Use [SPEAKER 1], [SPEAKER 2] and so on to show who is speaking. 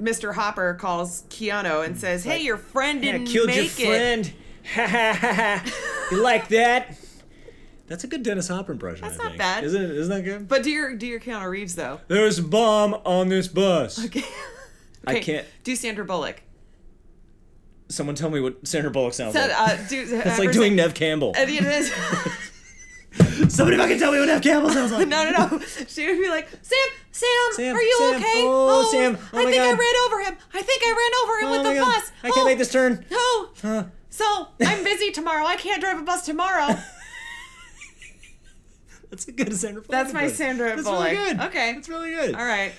[SPEAKER 1] Mr. Hopper calls Keanu
[SPEAKER 2] Mm.
[SPEAKER 1] and says, "Hey, your friend
[SPEAKER 2] I
[SPEAKER 1] didn't
[SPEAKER 2] killed
[SPEAKER 1] make
[SPEAKER 2] your
[SPEAKER 1] it."
[SPEAKER 2] friend. Ha ha ha ha. You like that? That's a good Dennis Hopper impression.
[SPEAKER 1] That's
[SPEAKER 2] I
[SPEAKER 1] not
[SPEAKER 2] think.
[SPEAKER 1] bad.
[SPEAKER 2] Isn't it? Isn't that good?
[SPEAKER 1] But do your do your Keanu Reeves though?
[SPEAKER 2] There's a bomb on this bus.
[SPEAKER 1] Okay.
[SPEAKER 2] I can't.
[SPEAKER 1] do Sandra Bullock.
[SPEAKER 2] Someone tell me what Sandra Bullock sounds
[SPEAKER 1] So,
[SPEAKER 2] like.
[SPEAKER 1] uh, do,
[SPEAKER 2] it's like doing Nev Campbell.
[SPEAKER 1] It is.
[SPEAKER 2] Somebody fucking tell me what Nev Campbell sounds like.
[SPEAKER 1] No, no, no. She would be like, Sam, Sam,
[SPEAKER 2] Sam,
[SPEAKER 1] are you
[SPEAKER 2] Sam.
[SPEAKER 1] okay?
[SPEAKER 2] Oh, Sam. Oh,
[SPEAKER 1] I
[SPEAKER 2] my
[SPEAKER 1] think
[SPEAKER 2] God.
[SPEAKER 1] I ran over him. I think I ran over him
[SPEAKER 2] Oh
[SPEAKER 1] with
[SPEAKER 2] my
[SPEAKER 1] the
[SPEAKER 2] God.
[SPEAKER 1] bus.
[SPEAKER 2] I can't
[SPEAKER 1] oh,
[SPEAKER 2] make this turn.
[SPEAKER 1] No.
[SPEAKER 2] Huh.
[SPEAKER 1] So I'm busy tomorrow. I can't drive a bus tomorrow.
[SPEAKER 2] That's a good Sandra Bullock.
[SPEAKER 1] That's my
[SPEAKER 2] impression.
[SPEAKER 1] Sandra
[SPEAKER 2] That's
[SPEAKER 1] Bullock.
[SPEAKER 2] really good.
[SPEAKER 1] Okay.
[SPEAKER 2] That's really good.
[SPEAKER 1] All right.